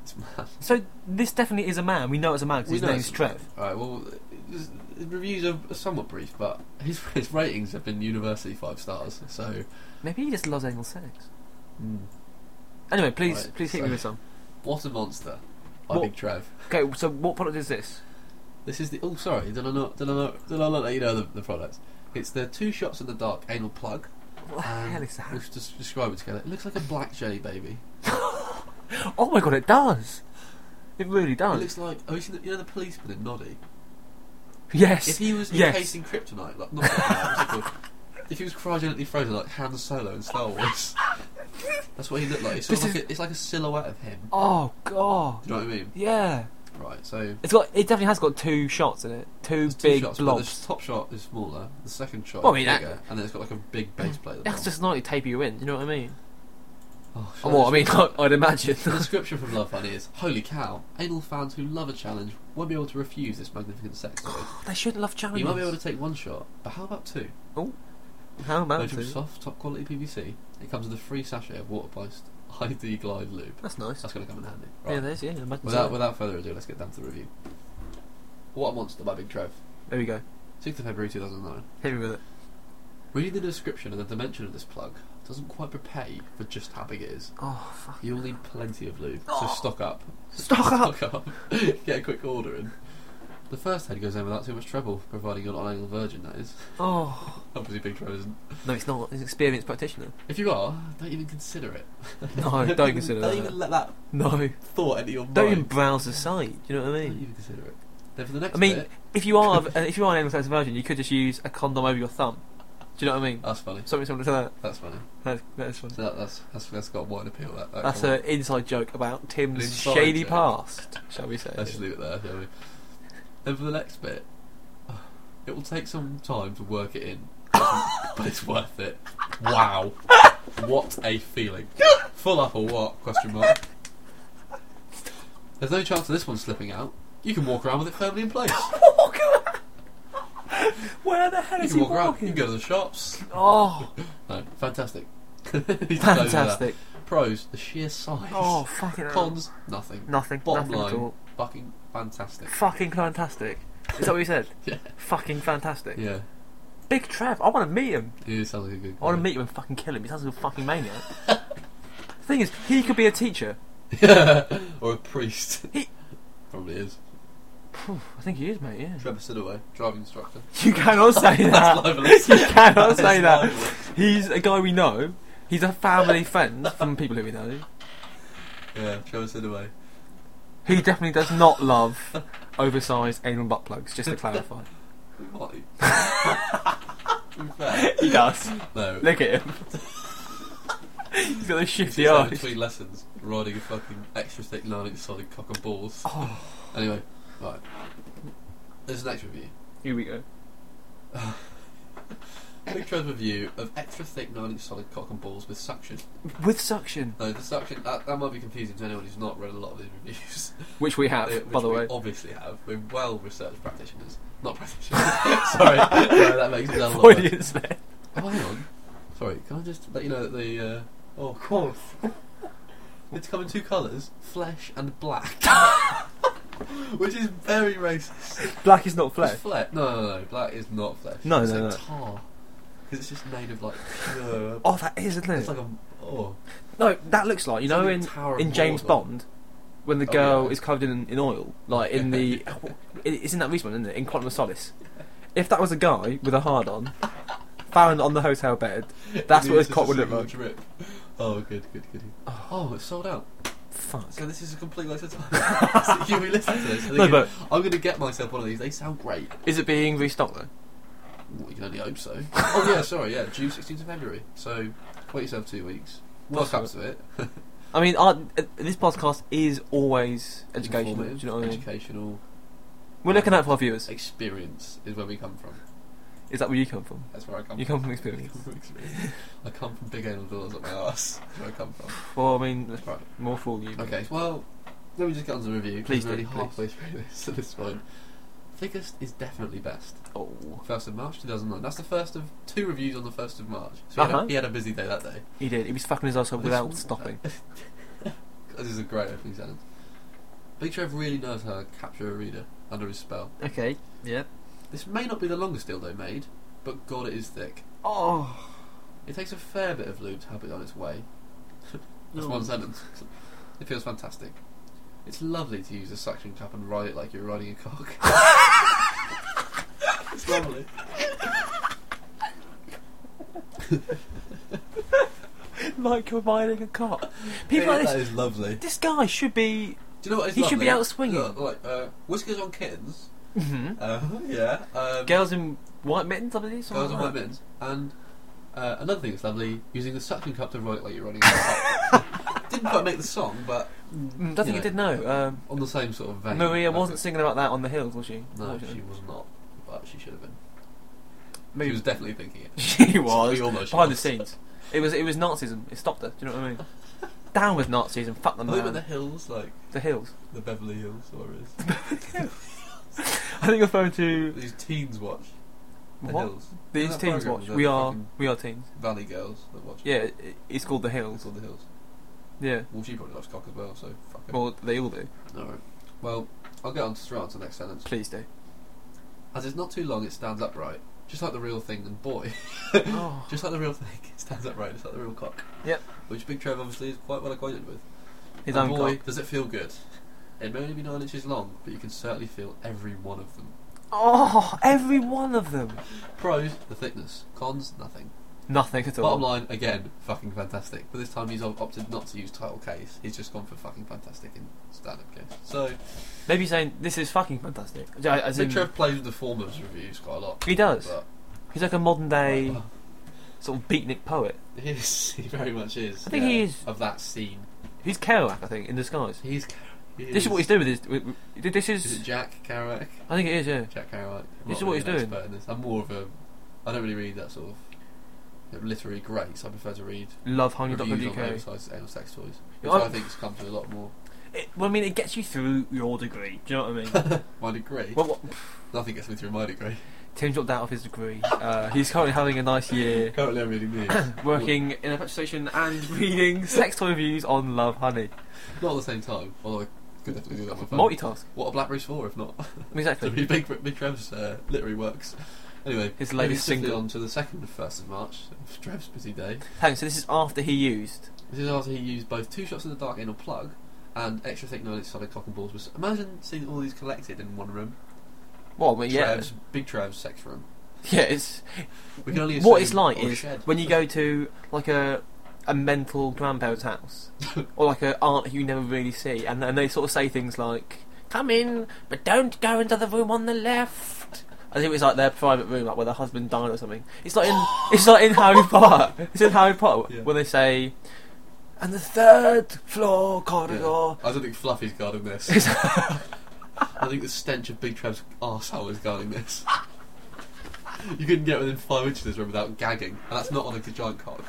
Speaker 3: This man.
Speaker 2: So this definitely is a man. We know it's a man because his
Speaker 3: know
Speaker 2: name's
Speaker 3: it's-
Speaker 2: Trev.
Speaker 3: Alright, well, his his reviews are somewhat brief, but his, his ratings have been universally five stars, so.
Speaker 2: Maybe he just loves anal sex.
Speaker 3: Mm.
Speaker 2: Hmm. Anyway, please,
Speaker 3: Right,
Speaker 2: please hit
Speaker 3: so-
Speaker 2: me with some.
Speaker 3: What a monster. By
Speaker 2: What-
Speaker 3: Big Trev.
Speaker 2: Okay, so what product is this?
Speaker 3: This is the. Oh, sorry. Did I not? Did I not? Did I not let you know the, the products? It's the two shots in the dark anal plug.
Speaker 2: What the
Speaker 3: Um,
Speaker 2: hell is that?
Speaker 3: Let's just describe it together. It looks like a black jelly baby.
Speaker 2: Oh my god, it does. It really
Speaker 3: It
Speaker 2: does.
Speaker 3: looks like. Oh, you, seen the, you know the policeman in Noddy.
Speaker 2: yes.
Speaker 3: If he was
Speaker 2: Yes.
Speaker 3: encased in kryptonite, like not kryptonite, what's it called? If he was cryogenically frozen like Han Solo in Star Wars, that's what he looked like. It's, sort of
Speaker 2: This
Speaker 3: like, a, it's like a silhouette of him.
Speaker 2: oh god.
Speaker 3: Do you know what I mean?
Speaker 2: Yeah.
Speaker 3: Right. So
Speaker 2: It's got. It definitely has got two shots in it. Two
Speaker 3: there's two
Speaker 2: big
Speaker 3: shots, but
Speaker 2: blobs.
Speaker 3: the top shot is smaller. The second shot
Speaker 2: Well, I
Speaker 3: is
Speaker 2: mean, that- Mm.
Speaker 3: bigger, and then it's got like a big base plate. at the
Speaker 2: That's
Speaker 3: bottom.
Speaker 2: just slightly tape you in. You know what I mean?
Speaker 3: Oh, shall
Speaker 2: Well, I
Speaker 3: just-
Speaker 2: mean, I, I'd imagine.
Speaker 3: The description from Love Honey is Holy cow, anal fans who love a challenge won't be able to refuse this magnificent sex toy.
Speaker 2: they should love challenges.
Speaker 3: You might be able to take one shot, but how about two?
Speaker 2: How about
Speaker 3: Made from
Speaker 2: this?
Speaker 3: soft, top quality PVC, it comes with a free sachet of water-based ID Glide lube.
Speaker 2: That's nice.
Speaker 3: That's going to come in handy.
Speaker 2: Yeah,
Speaker 3: Right.
Speaker 2: there's yeah. imagine so.
Speaker 3: without, without further ado, let's get down to the review. What a Monster by Big Trev,
Speaker 2: There we go.
Speaker 3: 6th of February 2009.
Speaker 2: Hit me with it.
Speaker 3: Reading the description and the dimension of this plug doesn't quite prepare you for just how big it is.
Speaker 2: Oh fuck.
Speaker 3: You'll need plenty of lube, so
Speaker 2: Oh.
Speaker 3: stock up.
Speaker 2: Stock up.
Speaker 3: Stock up. Get a quick order in. The first head goes in without too much trouble, providing you're not an anal virgin, that is.
Speaker 2: Oh
Speaker 3: Obviously, Big Trev isn't.
Speaker 2: no, it's not. It's an experienced practitioner.
Speaker 3: If you are, don't even consider it.
Speaker 2: No, don't
Speaker 3: even-
Speaker 2: consider
Speaker 3: Don't
Speaker 2: that.
Speaker 3: even let that
Speaker 2: No,
Speaker 3: thought enter your mind.
Speaker 2: don't even browse the site. Do you know what I
Speaker 3: Don't
Speaker 2: mean?
Speaker 3: even consider it. Then for the next
Speaker 2: I mean,
Speaker 3: bit,
Speaker 2: if you are uh, if you are an anal sex virgin, you could just use a condom over your thumb. Do you know what I mean?
Speaker 3: that's funny.
Speaker 2: Something similar to that.
Speaker 3: That's funny.
Speaker 2: That's, that's fun.
Speaker 3: So that, that's, that's that's got wide appeal. That, that
Speaker 2: That's
Speaker 3: comment.
Speaker 2: an inside joke about
Speaker 3: An
Speaker 2: Tim's
Speaker 3: inside
Speaker 2: shady
Speaker 3: joke.
Speaker 2: past, shall we say?
Speaker 3: Let's just leave it there, shall we? Then for the next bit, it will take some time to work it in, but it's worth it. Wow, what a feeling! Full up or what? Question mark. There's no chance of this one slipping out. You can walk around with it firmly in place.
Speaker 2: Where the hell
Speaker 3: You
Speaker 2: is
Speaker 3: can
Speaker 2: he
Speaker 3: walk around. You
Speaker 2: walking?
Speaker 3: can go to the shops.
Speaker 2: Oh,
Speaker 3: No, fantastic. He's over there.
Speaker 2: fantastic!
Speaker 3: Pros: the sheer size.
Speaker 2: Oh, fucking hell.
Speaker 3: Cons: nothing.
Speaker 2: Nothing.
Speaker 3: Bottom
Speaker 2: nothing at
Speaker 3: line.
Speaker 2: all.
Speaker 3: Fucking fantastic.
Speaker 2: Fucking fantastic. Is that what you said?
Speaker 3: Yeah.
Speaker 2: Fucking fantastic.
Speaker 3: Yeah,
Speaker 2: Big Trev, I want to meet him.
Speaker 3: he sounds like a good.
Speaker 2: I want to
Speaker 3: guy.
Speaker 2: meet him and fucking kill him. He sounds like a fucking maniac. the thing is, he could be a teacher.
Speaker 3: or a priest.
Speaker 2: He-
Speaker 3: Probably is.
Speaker 2: Phew, I think he is, mate. Yeah.
Speaker 3: Mm-hmm. Trevor Sidaway, driving instructor.
Speaker 2: You cannot say
Speaker 3: That's
Speaker 2: that.
Speaker 3: libelous.
Speaker 2: you cannot
Speaker 3: That
Speaker 2: say
Speaker 3: is
Speaker 2: that.
Speaker 3: libelous.
Speaker 2: He's a guy we know. He's a family friend from people who we know.
Speaker 3: Yeah, Trevor Sidaway.
Speaker 2: He definitely does not love oversized anal butt plugs. Just to clarify,
Speaker 3: We might. To be fair.
Speaker 2: he does.
Speaker 3: No.
Speaker 2: Look at him. He's got those
Speaker 3: He's
Speaker 2: shifty
Speaker 3: just like
Speaker 2: eyes.
Speaker 3: between lessons, riding a fucking extra thick nine inch solid cock and balls.
Speaker 2: Oh,
Speaker 3: Anyway, right. There's an next review.
Speaker 2: here we go.
Speaker 3: Big Trev's review of extra thick nine inch solid cock and balls with suction.
Speaker 2: With suction,
Speaker 3: No, the suction, that, that might be confusing to anyone who's not read a lot of these reviews.
Speaker 2: which we have,
Speaker 3: Uh,
Speaker 2: by
Speaker 3: which
Speaker 2: the
Speaker 3: we
Speaker 2: way.
Speaker 3: obviously have. We're well researched practitioners, not practitioners. Sorry, no, that makes it sound a lot better.
Speaker 2: Freudian slip.
Speaker 3: Oh, hang on. Sorry, can I just let you know that the uh, oh, of course, it's come in two colours: flesh and black, which is very racist.
Speaker 2: Black is not
Speaker 3: It's
Speaker 2: flesh.
Speaker 3: fle- no, no, no, black is not flesh.
Speaker 2: No,
Speaker 3: it's
Speaker 2: no,
Speaker 3: like
Speaker 2: no.
Speaker 3: tar, because it's just made of like pure.
Speaker 2: Oh, that is, isn't it?
Speaker 3: It's like a oh,
Speaker 2: No, that looks like you
Speaker 3: It's
Speaker 2: know
Speaker 3: like a
Speaker 2: in
Speaker 3: tower of
Speaker 2: in James
Speaker 3: Mordor.
Speaker 2: Bond when the
Speaker 3: Oh,
Speaker 2: girl
Speaker 3: yeah.
Speaker 2: is covered in in oil, like in the it's in that recent one, isn't it? In Quantum of Solace. If that was a guy with a hard on, found on the hotel bed, that's what his
Speaker 3: It's
Speaker 2: cock would
Speaker 3: just a
Speaker 2: look like.
Speaker 3: single drip. Oh, good, good, good. Oh, it's sold out.
Speaker 2: Fuck.
Speaker 3: So this is a complete waste of time. so you be listening to this. and
Speaker 2: No,
Speaker 3: thinking,
Speaker 2: but
Speaker 3: I'm going to get myself one of these. They sound great.
Speaker 2: is it being restocked though?
Speaker 3: Well, you can only hope so. oh yeah, sorry, yeah, June 16th of February. So wait yourself two weeks. Work up to it.
Speaker 2: I mean, our, uh, this podcast is always educational. Do
Speaker 3: Informative,
Speaker 2: you know what I mean?
Speaker 3: Educational
Speaker 2: We're looking out for our viewers.
Speaker 3: experience is where we come from.
Speaker 2: Is that where you come from?
Speaker 3: That's where I come.
Speaker 2: You
Speaker 3: from.
Speaker 2: come from
Speaker 3: I
Speaker 2: experience.
Speaker 3: come from experience. I come from big anal doors up my ass. That's where I come from.
Speaker 2: Well, I mean,
Speaker 3: Right.
Speaker 2: more fool you.
Speaker 3: Okay. Well, let me just get on to the review. 'cause
Speaker 2: Please
Speaker 3: we're
Speaker 2: do,
Speaker 3: already
Speaker 2: please.
Speaker 3: halfway through this at this point. Thickest is definitely best.
Speaker 2: Oh,
Speaker 3: First of March 2009. That's the first of two reviews on the first of March. So he, had
Speaker 2: Uh-huh.
Speaker 3: a, he had a busy day that day.
Speaker 2: he did. He was fucking his ass up
Speaker 3: This
Speaker 2: without
Speaker 3: one-
Speaker 2: stopping.
Speaker 3: This is a great opening sentence. Big Trev really knows how to capture a reader under his spell.
Speaker 2: Okay. Yeah.
Speaker 3: This may not be the longest dildo made, but God, it is thick.
Speaker 2: Oh.
Speaker 3: It takes a fair bit of lube to help it on its way. That's one sentence. It feels fantastic. It's lovely to use a suction cup and ride it like you're riding a cock. it's lovely.
Speaker 2: like you're riding a cop. People
Speaker 3: Yeah,
Speaker 2: like
Speaker 3: that
Speaker 2: this.
Speaker 3: is lovely.
Speaker 2: This guy should be.
Speaker 3: Do you know what is
Speaker 2: He should be
Speaker 3: lovely?
Speaker 2: out swinging.
Speaker 3: Look, like uh, whiskers on kittens.
Speaker 2: Mhm.
Speaker 3: Uh, yeah. Um,
Speaker 2: Girls in white mittens, I believe. something
Speaker 3: girls on
Speaker 2: like
Speaker 3: white
Speaker 2: that.
Speaker 3: mittens. And uh, another thing that's lovely: using the suction cup to ride it like you're riding a cock. Didn't quite make the song, but
Speaker 2: Mm, don't think he
Speaker 3: You
Speaker 2: did know. Um,
Speaker 3: on the same sort of vein.
Speaker 2: Maria
Speaker 3: I
Speaker 2: wasn't
Speaker 3: think.
Speaker 2: singing Oh, about that on the hills, was she?
Speaker 3: No,
Speaker 2: Unfortunately.
Speaker 3: she was not. But she should have been.
Speaker 2: Maybe-
Speaker 3: She was definitely thinking it.
Speaker 2: She was
Speaker 3: We all know she
Speaker 2: behind the
Speaker 3: was.
Speaker 2: scenes. It was it was Nazism. It stopped her. Do you know what I mean? Down with Nazism. Fuck
Speaker 3: I
Speaker 2: them.
Speaker 3: think about
Speaker 2: man.
Speaker 3: the hills, like
Speaker 2: the hills.
Speaker 3: the Beverly Hills, or it is.
Speaker 2: I think you're referring to
Speaker 3: These teens watch the
Speaker 2: what?
Speaker 3: hills.
Speaker 2: These
Speaker 3: That
Speaker 2: teens
Speaker 3: programme
Speaker 2: watch.
Speaker 3: with
Speaker 2: We
Speaker 3: the
Speaker 2: are
Speaker 3: fucking
Speaker 2: we are teens.
Speaker 3: Valley girls that watch.
Speaker 2: Yeah, it- it's called the
Speaker 3: It's
Speaker 2: hills.
Speaker 3: on the hills.
Speaker 2: Yeah.
Speaker 3: Well, she probably loves cock as well, so fuck it.
Speaker 2: Well, they all do.
Speaker 3: Alright. Well, I'll get on to Strata next sentence.
Speaker 2: Please do.
Speaker 3: As it's not too long, it stands upright. Just like the real thing, and boy,
Speaker 2: Oh.
Speaker 3: just like the real thing, it stands upright, just like the real cock.
Speaker 2: Yep.
Speaker 3: Which Big Trev obviously is quite well acquainted with.
Speaker 2: His
Speaker 3: and
Speaker 2: own
Speaker 3: boy,
Speaker 2: cock.
Speaker 3: does it feel good. It may only be nine inches long, but you can certainly feel every one of them.
Speaker 2: Oh, every one of them.
Speaker 3: Pros, the thickness. Cons, nothing.
Speaker 2: Nothing at all.
Speaker 3: Bottom line, again, fucking fantastic. But this time he's op- opted not to use title case. He's just gone for fucking fantastic in stand-up case. So
Speaker 2: Maybe saying this is fucking fantastic. Yeah, As
Speaker 3: Big
Speaker 2: in,
Speaker 3: Trev plays with the form of his reviews quite a lot.
Speaker 2: he does.
Speaker 3: But
Speaker 2: He's like a modern day
Speaker 3: well,
Speaker 2: sort of beatnik poet.
Speaker 3: he, is, he very much is.
Speaker 2: I think
Speaker 3: yeah,
Speaker 2: he is-
Speaker 3: of that scene.
Speaker 2: He's Kerouac, I think, in disguise.
Speaker 3: He's. He
Speaker 2: This is what he's doing with his. with- with- This
Speaker 3: Is
Speaker 2: is.
Speaker 3: it Jack Kerouac?
Speaker 2: I think it is. Yeah.
Speaker 3: Jack Kerouac.
Speaker 2: This
Speaker 3: I'm not
Speaker 2: is what
Speaker 3: really
Speaker 2: he's
Speaker 3: an
Speaker 2: doing.
Speaker 3: expert in this. I'm more of a. I don't really read that sort of you know, literary greats. I prefer to read
Speaker 2: Love
Speaker 3: reviews on
Speaker 2: honey.co.uk.
Speaker 3: oversized anal sex toys,
Speaker 2: Yeah,
Speaker 3: which
Speaker 2: I'm-
Speaker 3: I think's come to a lot more.
Speaker 2: It, well, I mean, it gets you through your degree. Do you know what I mean?
Speaker 3: My degree.
Speaker 2: well, what,
Speaker 3: Nothing gets me through my degree.
Speaker 2: Tim's dropped out of his degree. Uh, he's currently having a nice year,
Speaker 3: Currently, I'm reading these.
Speaker 2: working in a petrol station and reading sex toy reviews on Love Honey.
Speaker 3: Not at the same time, although I could definitely do that on my phone.
Speaker 2: Multitask.
Speaker 3: what are Blackberries for, if not? to
Speaker 2: Exactly.
Speaker 3: be Big, big Trev's uh, literary works. Anyway,
Speaker 2: His latest
Speaker 3: moving swiftly
Speaker 2: single.
Speaker 3: on to the 2nd of 1st of March, of Trev's busy day.
Speaker 2: Hang on, so this is after he used.
Speaker 3: This is after he used both Two Shots in the Dark anal plug and Extra Thick Knowledge Solid Cock and Balls. Was, imagine seeing all these collected in one room.
Speaker 2: Well, I mean, yeah.
Speaker 3: Trev's, Big Trev's sex room.
Speaker 2: Yeah, it's.
Speaker 3: We can only
Speaker 2: what
Speaker 3: assume-
Speaker 2: it's like
Speaker 3: or a
Speaker 2: is
Speaker 3: shed.
Speaker 2: when you go to, like, a. A mental grandparent's house, or like a aunt who you never really see, and, and they sort of say things like, "Come in, but don't go into the room on the left." I think it was like their private room, like where their husband died or something. It's like in, it's like in Harry Potter. It's in Harry Potter
Speaker 3: Yeah.
Speaker 2: when they say, "And the third floor corridor."
Speaker 3: I don't think Fluffy's guarding this. I think the stench of Big Trev's arsehole is guarding this. You couldn't get within five inches of this room without gagging, and that's not on a giant cock.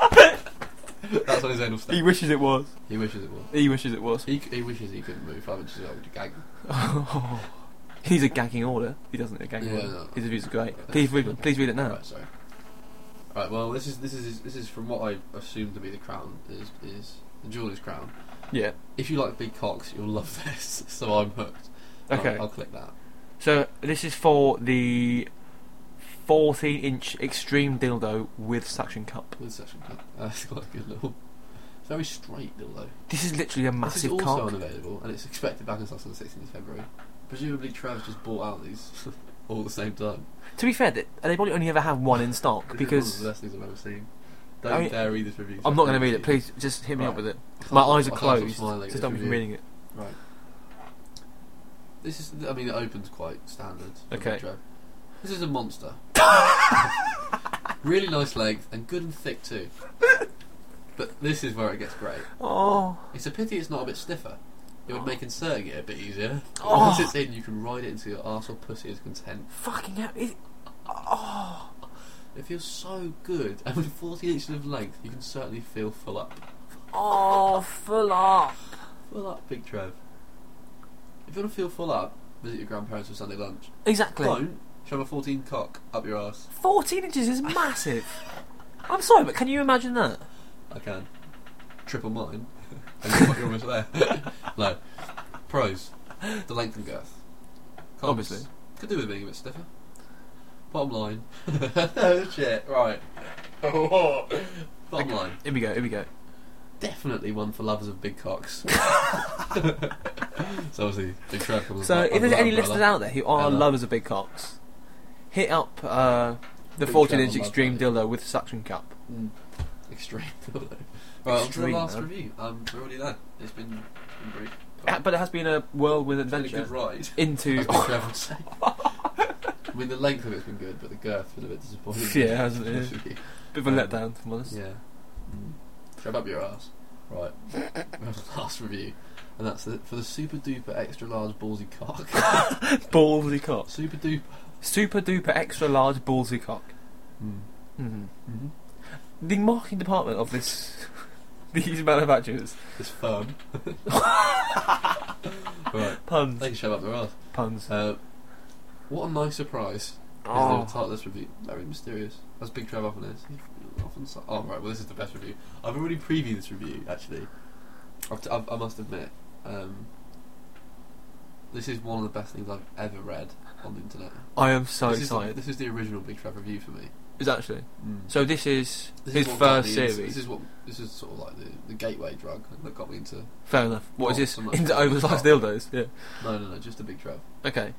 Speaker 3: that's on his anal
Speaker 2: He
Speaker 3: stench.
Speaker 2: wishes it was.
Speaker 3: He wishes it was.
Speaker 2: He wishes it was.
Speaker 3: He, he wishes he couldn't move five inches without gagging.
Speaker 2: He's a gagging order. He doesn't need a gagging
Speaker 3: Yeah,
Speaker 2: order.
Speaker 3: no.
Speaker 2: His reviews are great. Please read them. Please read it now.
Speaker 3: Right, sorry. Right, well, this is this is this is from what I assume to be the crown is is the jeweler's crown.
Speaker 2: Yeah.
Speaker 3: If you like big cocks, you'll love this. So I'm hooked. I'll-
Speaker 2: Okay.
Speaker 3: I'll, click that.
Speaker 2: So this is for the 14-inch extreme dildo with suction cup.
Speaker 3: With such a That's quite a good little. It's very straight dildo.
Speaker 2: This is literally a
Speaker 3: This is
Speaker 2: massive
Speaker 3: also
Speaker 2: cock.
Speaker 3: unavailable, and it's expected back in stock on the 16th of February. Presumably, Trav's just bought out these all at the same time.
Speaker 2: To be fair, th- they probably only ever have one in stock
Speaker 3: This is one of
Speaker 2: because
Speaker 3: the best things I've ever seen. Don't
Speaker 2: I mean-
Speaker 3: dare read this review.
Speaker 2: I'm not going to
Speaker 3: Thank
Speaker 2: read it.
Speaker 3: you.
Speaker 2: Please just hit me up
Speaker 3: Right.
Speaker 2: with it.
Speaker 3: I can't
Speaker 2: My
Speaker 3: stop-
Speaker 2: eyes are
Speaker 3: I can't stop
Speaker 2: closed.
Speaker 3: smiling at
Speaker 2: Just
Speaker 3: this
Speaker 2: don't be
Speaker 3: review.
Speaker 2: reading it.
Speaker 3: Right. This is. I mean, it opens quite standard. for
Speaker 2: Okay.
Speaker 3: Metro. This is a monster. really nice length and good and thick too. But this is where it gets great.
Speaker 2: Oh,
Speaker 3: It's a pity it's not a bit stiffer. It would make inserting it a bit easier. But
Speaker 2: Oh.
Speaker 3: Once it's in, you can ride it into your arse or pussy as content.
Speaker 2: fucking hell! It, oh,
Speaker 3: It feels so good, and with 14 inches of length, you can certainly feel full up.
Speaker 2: oh, full up.
Speaker 3: Full up, Big Trev. If you want to feel full up, visit your grandparents for Sunday lunch.
Speaker 2: Exactly.
Speaker 3: Don't shove a 14 cock up your ass.
Speaker 2: 14 inches is massive. I'm sorry, but can you imagine that?
Speaker 3: I can. Triple mine. And you're- you're almost there. no. Pros. The length and girth. Cons.
Speaker 2: Obviously.
Speaker 3: Could do with being a bit stiffer. Bottom line.
Speaker 2: Oh,
Speaker 3: Shit, right. Bottom line.
Speaker 2: Here we go. Here we go.
Speaker 3: definitely one for lovers of big cocks. so obviously, big crowd comes.
Speaker 2: So,
Speaker 3: under
Speaker 2: if there's
Speaker 3: that
Speaker 2: any
Speaker 3: umbrella.
Speaker 2: listeners out there who are
Speaker 3: Hello.
Speaker 2: lovers of big cocks, hit up uh, the
Speaker 3: Big
Speaker 2: 14 inch
Speaker 3: travel mug,
Speaker 2: Extreme
Speaker 3: buddy.
Speaker 2: dildo with suction cup.
Speaker 3: Mm. Extreme. right, on to the
Speaker 2: Extreme,
Speaker 3: last
Speaker 2: man.
Speaker 3: review. Um, we're already there. It's been, been brief.
Speaker 2: Uh, But it has been a whirlwind
Speaker 3: It's been a good
Speaker 2: adventure
Speaker 3: ride.
Speaker 2: into.
Speaker 3: As Big Trav would say. I mean, the length of it's been good, but the girth's been a bit disappointing.
Speaker 2: Yeah, hasn't it? Bit of a
Speaker 3: Um,
Speaker 2: letdown, if I'm honest.
Speaker 3: Yeah. Mm. Grab up your ass. Right. we have the last review. And that's it for the super duper extra large ballsy cock.
Speaker 2: Ballsy cock.
Speaker 3: super duper.
Speaker 2: Super duper extra large ballsy cock.
Speaker 3: Mm.
Speaker 2: Mhm.
Speaker 3: Mm-hmm.
Speaker 2: The marketing department of this. these manufacturers.
Speaker 3: It's firm. right.
Speaker 2: Puns.
Speaker 3: They can shove up their ass.
Speaker 2: Puns.
Speaker 3: Uh, what a nice surprise.
Speaker 2: Oh.
Speaker 3: Is the title of this review very mysterious? That's Big Trav often is. He Often so- oh, right, well, this is the best review. I've already previewed this review, actually. I've t- I've, I must admit, um, this is one of the best things I've ever read on the internet.
Speaker 2: I am so
Speaker 3: this Is
Speaker 2: excited. Hmm.
Speaker 3: the, this is the original Big Trav review for me.
Speaker 2: It's actually. So, this is
Speaker 3: This
Speaker 2: his
Speaker 3: is what got
Speaker 2: first
Speaker 3: me into-
Speaker 2: series.
Speaker 3: this is what this is sort of like the, the gateway drug that got me into.
Speaker 2: Fair enough. What
Speaker 3: Oh,
Speaker 2: is
Speaker 3: so much.
Speaker 2: this? Into oversized dildos? Yeah.
Speaker 3: No, no, no, just the Big Trav.
Speaker 2: Okay.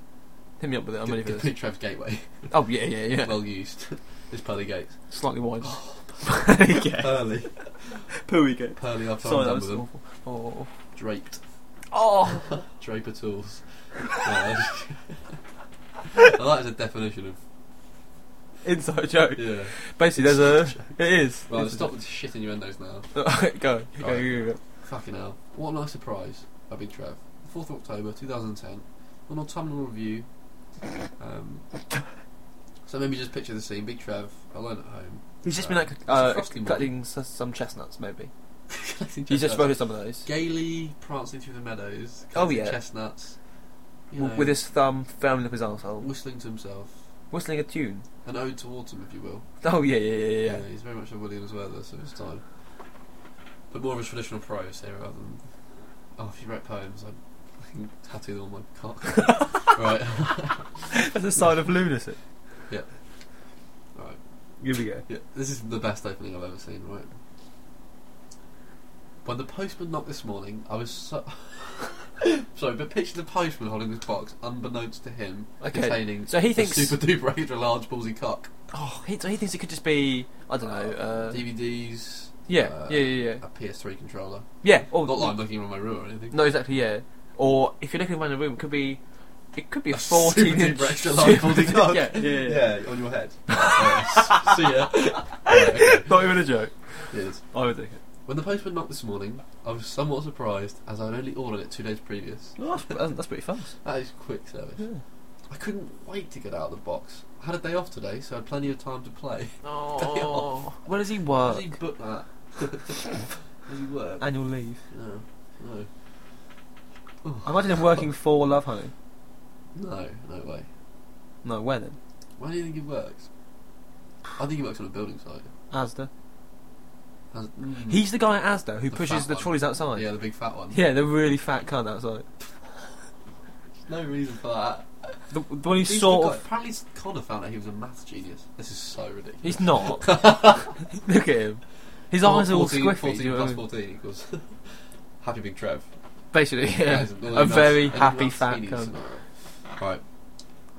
Speaker 2: Hit me up with it. I'm
Speaker 3: the,
Speaker 2: ready
Speaker 3: the
Speaker 2: for this.
Speaker 3: Big Trav gateway.
Speaker 2: Oh, yeah, yeah, yeah.
Speaker 3: well used. it's Pearly Gates.
Speaker 2: Slightly wide. yeah.
Speaker 3: Pearly,
Speaker 2: Pooey gate.
Speaker 3: pearly. I've
Speaker 2: Sorry, that
Speaker 3: done with
Speaker 2: was
Speaker 3: them.
Speaker 2: awful. Oh.
Speaker 3: Draped.
Speaker 2: Oh.
Speaker 3: Draper tools. Yeah, I just- well, that is a definition of.
Speaker 2: Inside joke.
Speaker 3: Yeah.
Speaker 2: Basically, there's a. It is.
Speaker 3: Right,
Speaker 2: It's-
Speaker 3: stop with shit innuendos now.
Speaker 2: go. Go, go, go, go.
Speaker 3: Fucking hell. What a nice surprise, by Big Trev. 4th of October 2010. An autumnal review. Um, so maybe just picture the scene. Big Trev, alone at home.
Speaker 2: He's just been like
Speaker 3: It's a
Speaker 2: uh,
Speaker 3: frosty morning.
Speaker 2: collecting s- some chestnuts, maybe.
Speaker 3: collecting
Speaker 2: He's just
Speaker 3: chestnuts.
Speaker 2: voted some of those
Speaker 3: Gaily prancing through the meadows.
Speaker 2: Oh,
Speaker 3: collecting
Speaker 2: yeah.
Speaker 3: Chestnuts. you
Speaker 2: W
Speaker 3: know,
Speaker 2: with his thumb firmly up his arsehole,
Speaker 3: Whistling to himself.
Speaker 2: whistling a tune.
Speaker 3: An ode to autumn, if you will.
Speaker 2: Oh yeah, yeah, yeah, yeah.
Speaker 3: he's very much a Williams weather, so it's time. But more of a traditional prose here rather than. Oh, if you write poems, I'd fucking tattoo them on my cock. right,
Speaker 2: That's a sign of lunacy.
Speaker 3: right.
Speaker 2: Here we go.
Speaker 3: Yeah, this is the best opening I've ever seen, right? When the postman knocked this morning, I was so. Sorry, but picture the postman holding this box, unbeknownst to him,
Speaker 2: Okay,
Speaker 3: containing
Speaker 2: So he
Speaker 3: a
Speaker 2: thinks.
Speaker 3: super duper extra large ballsy cock.
Speaker 2: Oh, he, so he thinks it could just be. I don't know. Uh,
Speaker 3: DVDs.
Speaker 2: yeah,
Speaker 3: uh,
Speaker 2: yeah, yeah, yeah.
Speaker 3: A PS3 controller.
Speaker 2: Yeah. Or,
Speaker 3: Not like I'm looking around my room or anything.
Speaker 2: no, exactly. Yeah. Or if you're looking around the room, it could be. It could be a
Speaker 3: A
Speaker 2: fourteen
Speaker 3: super
Speaker 2: inch
Speaker 3: duper extra large ballsy cock.
Speaker 2: yeah, yeah, yeah,
Speaker 3: on your head. See ya. Right, okay.
Speaker 2: Not even a joke.
Speaker 3: Yes.
Speaker 2: I would think it.
Speaker 3: When the postman knocked this morning, I was somewhat surprised as I'd only ordered it two days previous.
Speaker 2: Oh, that's, that's, that's pretty fast.
Speaker 3: That is quick service.
Speaker 2: Yeah.
Speaker 3: I couldn't wait to get out of the box. I had a day off today, so I had plenty of time to play.
Speaker 2: Oh, where does he
Speaker 3: How
Speaker 2: work?
Speaker 3: does he book that? does he work?
Speaker 2: Annual leave.
Speaker 3: No. No.
Speaker 2: I
Speaker 3: Oh,
Speaker 2: imagine him working for Love Honey.
Speaker 3: no, no way.
Speaker 2: No, where then?
Speaker 3: Why do you think he works? I think he works on a building site.
Speaker 2: Asda.
Speaker 3: Has- mm.
Speaker 2: He's the guy at Asda who
Speaker 3: The
Speaker 2: pushes
Speaker 3: fat
Speaker 2: the
Speaker 3: one.
Speaker 2: trolleys outside.
Speaker 3: Yeah, the big fat one.
Speaker 2: Yeah, the really fat cunt outside.
Speaker 3: No reason for that.
Speaker 2: The, the one who
Speaker 3: He's
Speaker 2: sort
Speaker 3: the
Speaker 2: of.
Speaker 3: guy- Apparently, Connor found out he was a maths genius. This is so ridiculous.
Speaker 2: He's not. Look at him. His eyes are all
Speaker 3: 14
Speaker 2: squiffy.
Speaker 3: 14
Speaker 2: you know what I
Speaker 3: plus
Speaker 2: mean?
Speaker 3: 14 equals happy big Trev.
Speaker 2: Basically, yeah.
Speaker 3: That is a
Speaker 2: A very
Speaker 3: maths-
Speaker 2: happy
Speaker 3: maths
Speaker 2: fat
Speaker 3: genius
Speaker 2: cunt.
Speaker 3: scenario. Right.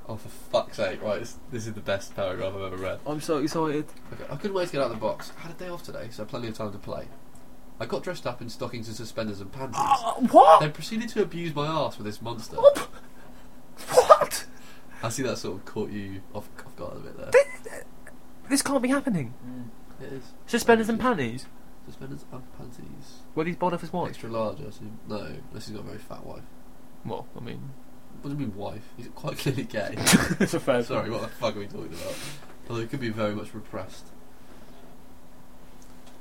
Speaker 3: Oh, for fuck's sake. Right, this, this is the best paragraph I've ever read.
Speaker 2: I'm so excited.
Speaker 3: Okay, I couldn't wait to get out of the box. I had a day off today, so plenty of time to play. I got dressed up in stockings and suspenders and panties.
Speaker 2: Ah, what?
Speaker 3: Then proceeded to abuse my ass with this monster.
Speaker 2: What?
Speaker 3: I see that sort of caught you off, off guard a bit there.
Speaker 2: This can't be happening.
Speaker 3: It is.
Speaker 2: Suspenders and panties.
Speaker 3: Suspenders and panties.
Speaker 2: Where he's bought off his wife.
Speaker 3: Extra large, I assume. No, unless he's got a very fat wife.
Speaker 2: Well, I mean,
Speaker 3: What do you mean wife? He's quite clearly gay.
Speaker 2: it's a fair.
Speaker 3: Sorry, what the fuck are we talking about? Although it could be very much repressed.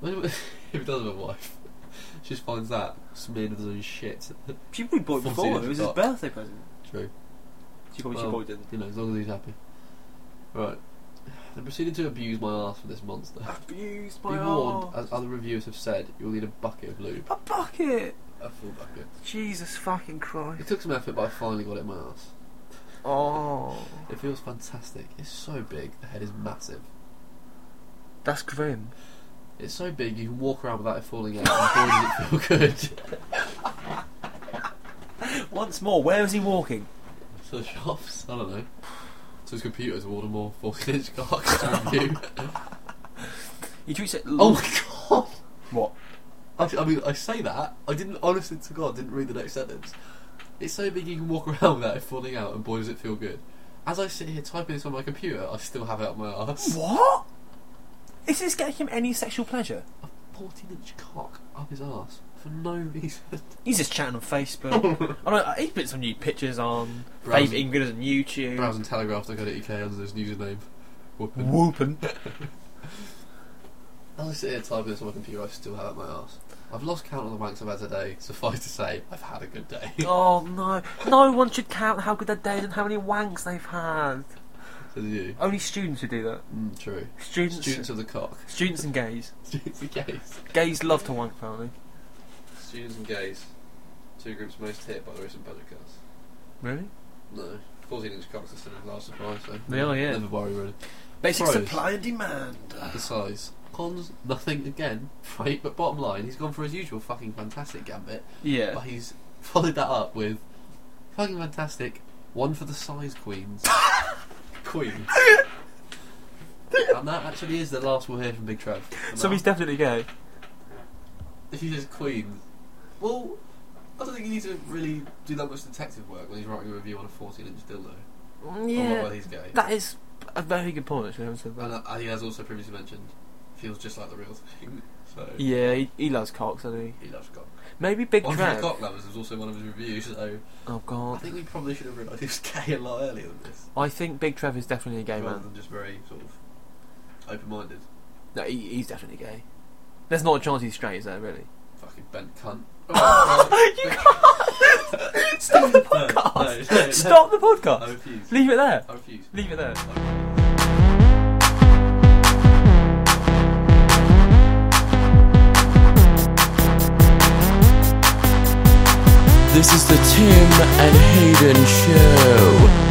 Speaker 3: When- if he does have a wife, she just finds that smeared with his own shit.
Speaker 2: She probably bought
Speaker 3: it before, 14 it was his o'clock.
Speaker 2: birthday present.
Speaker 3: True.
Speaker 2: She
Speaker 3: probably- she Well, probably
Speaker 2: didn't.
Speaker 3: You know, as long as he's happy. Right. They proceeded to abuse my ass for this monster.
Speaker 2: Abused
Speaker 3: be
Speaker 2: oh.
Speaker 3: warned, as other reviewers have said, you'll need a bucket of lube.
Speaker 2: A bucket.
Speaker 3: A full bucket.
Speaker 2: Jesus fucking
Speaker 3: It
Speaker 2: Christ.
Speaker 3: took some effort, but I finally got it in my ass.
Speaker 2: Oh,
Speaker 3: It feels fantastic. It's so big. The head is massive.
Speaker 2: that's grim.
Speaker 3: It's so big you can walk around without it falling out. and boy, does it feel good.
Speaker 2: Once more, where is he walking?
Speaker 3: So shops, I don't know. So his computer's order more 14 inch cocks to review.
Speaker 2: He treats it.
Speaker 3: oh my god!
Speaker 2: What?
Speaker 3: I, I mean, I say that. I didn't, honestly to God, didn't read the next sentence. It's so big you can walk around without it falling out, and boy, does it feel good. As I sit here typing this on my computer, I still have it up my ass.
Speaker 2: What? Is this getting him any sexual pleasure?
Speaker 3: 14 inch cock up his ass for no reason.
Speaker 2: He's just chatting on Facebook. I know he puts some new pictures on
Speaker 3: Browsing.
Speaker 2: favourite videos on YouTube.
Speaker 3: Browsing telegraph.co.uk under his username. Whooping.
Speaker 2: Whooping.
Speaker 3: As I sit here typing this on my computer, I still have it up my ass. I've lost count of the wanks I've had today. Suffice to say, I've had a good day.
Speaker 2: Oh no! No one should count how good their day is and how many wanks they've had.
Speaker 3: As you.
Speaker 2: Only students who do that.
Speaker 3: Mm, true.
Speaker 2: Students.
Speaker 3: Students of the cock.
Speaker 2: students and gays.
Speaker 3: Students and gays.
Speaker 2: Gays love to wank, apparently.
Speaker 3: Students and gays. Two groups most hit by the recent budget cuts.
Speaker 2: Really?
Speaker 3: No. 14 inch cocks instead of last supply, so.
Speaker 2: They are, yeah.
Speaker 3: Never worry, really.
Speaker 2: Basic
Speaker 3: Pros.
Speaker 2: supply and demand.
Speaker 3: The size. Cons, nothing again. Right, but bottom line, he's gone for his usual fucking fantastic gambit,
Speaker 2: Yeah.
Speaker 3: but he's followed that up with fucking fantastic, one for the size queens. queens. and that actually is the last we'll hear from Big Trev.
Speaker 2: So he's definitely gay.
Speaker 3: If he says Queen, well, I don't think you need to really do that much detective work when he's writing a review on a 14 inch dildo. Or whether he's gay.
Speaker 2: That is a very good point. Actually, I haven't said
Speaker 3: and
Speaker 2: that.
Speaker 3: I, I think, as also previously mentioned, feels just like the real thing. So
Speaker 2: Yeah, he, he loves cocks, doesn't he?
Speaker 3: he loves cock.
Speaker 2: Maybe Big
Speaker 3: One of the
Speaker 2: Trev.
Speaker 3: cock lovers is also one of his reviews. So
Speaker 2: Oh
Speaker 3: I
Speaker 2: god.
Speaker 3: think we probably should have realised he was gay a lot earlier than this,
Speaker 2: I think Big Trev is definitely a gay
Speaker 3: rather
Speaker 2: man.
Speaker 3: than just very sort of open-minded.
Speaker 2: No, he, he's definitely gay. There's not a chance he's straight, is there? Really?
Speaker 3: Fucking bent cunt. Oh,
Speaker 2: you can't stop the
Speaker 3: no, no,
Speaker 2: podcast.
Speaker 3: no, no.
Speaker 2: Stop the
Speaker 3: I
Speaker 2: podcast.
Speaker 3: refuse.
Speaker 2: Leave it there.
Speaker 3: I refuse.
Speaker 2: Leave it there.
Speaker 1: This is the Tim and Hayden Show.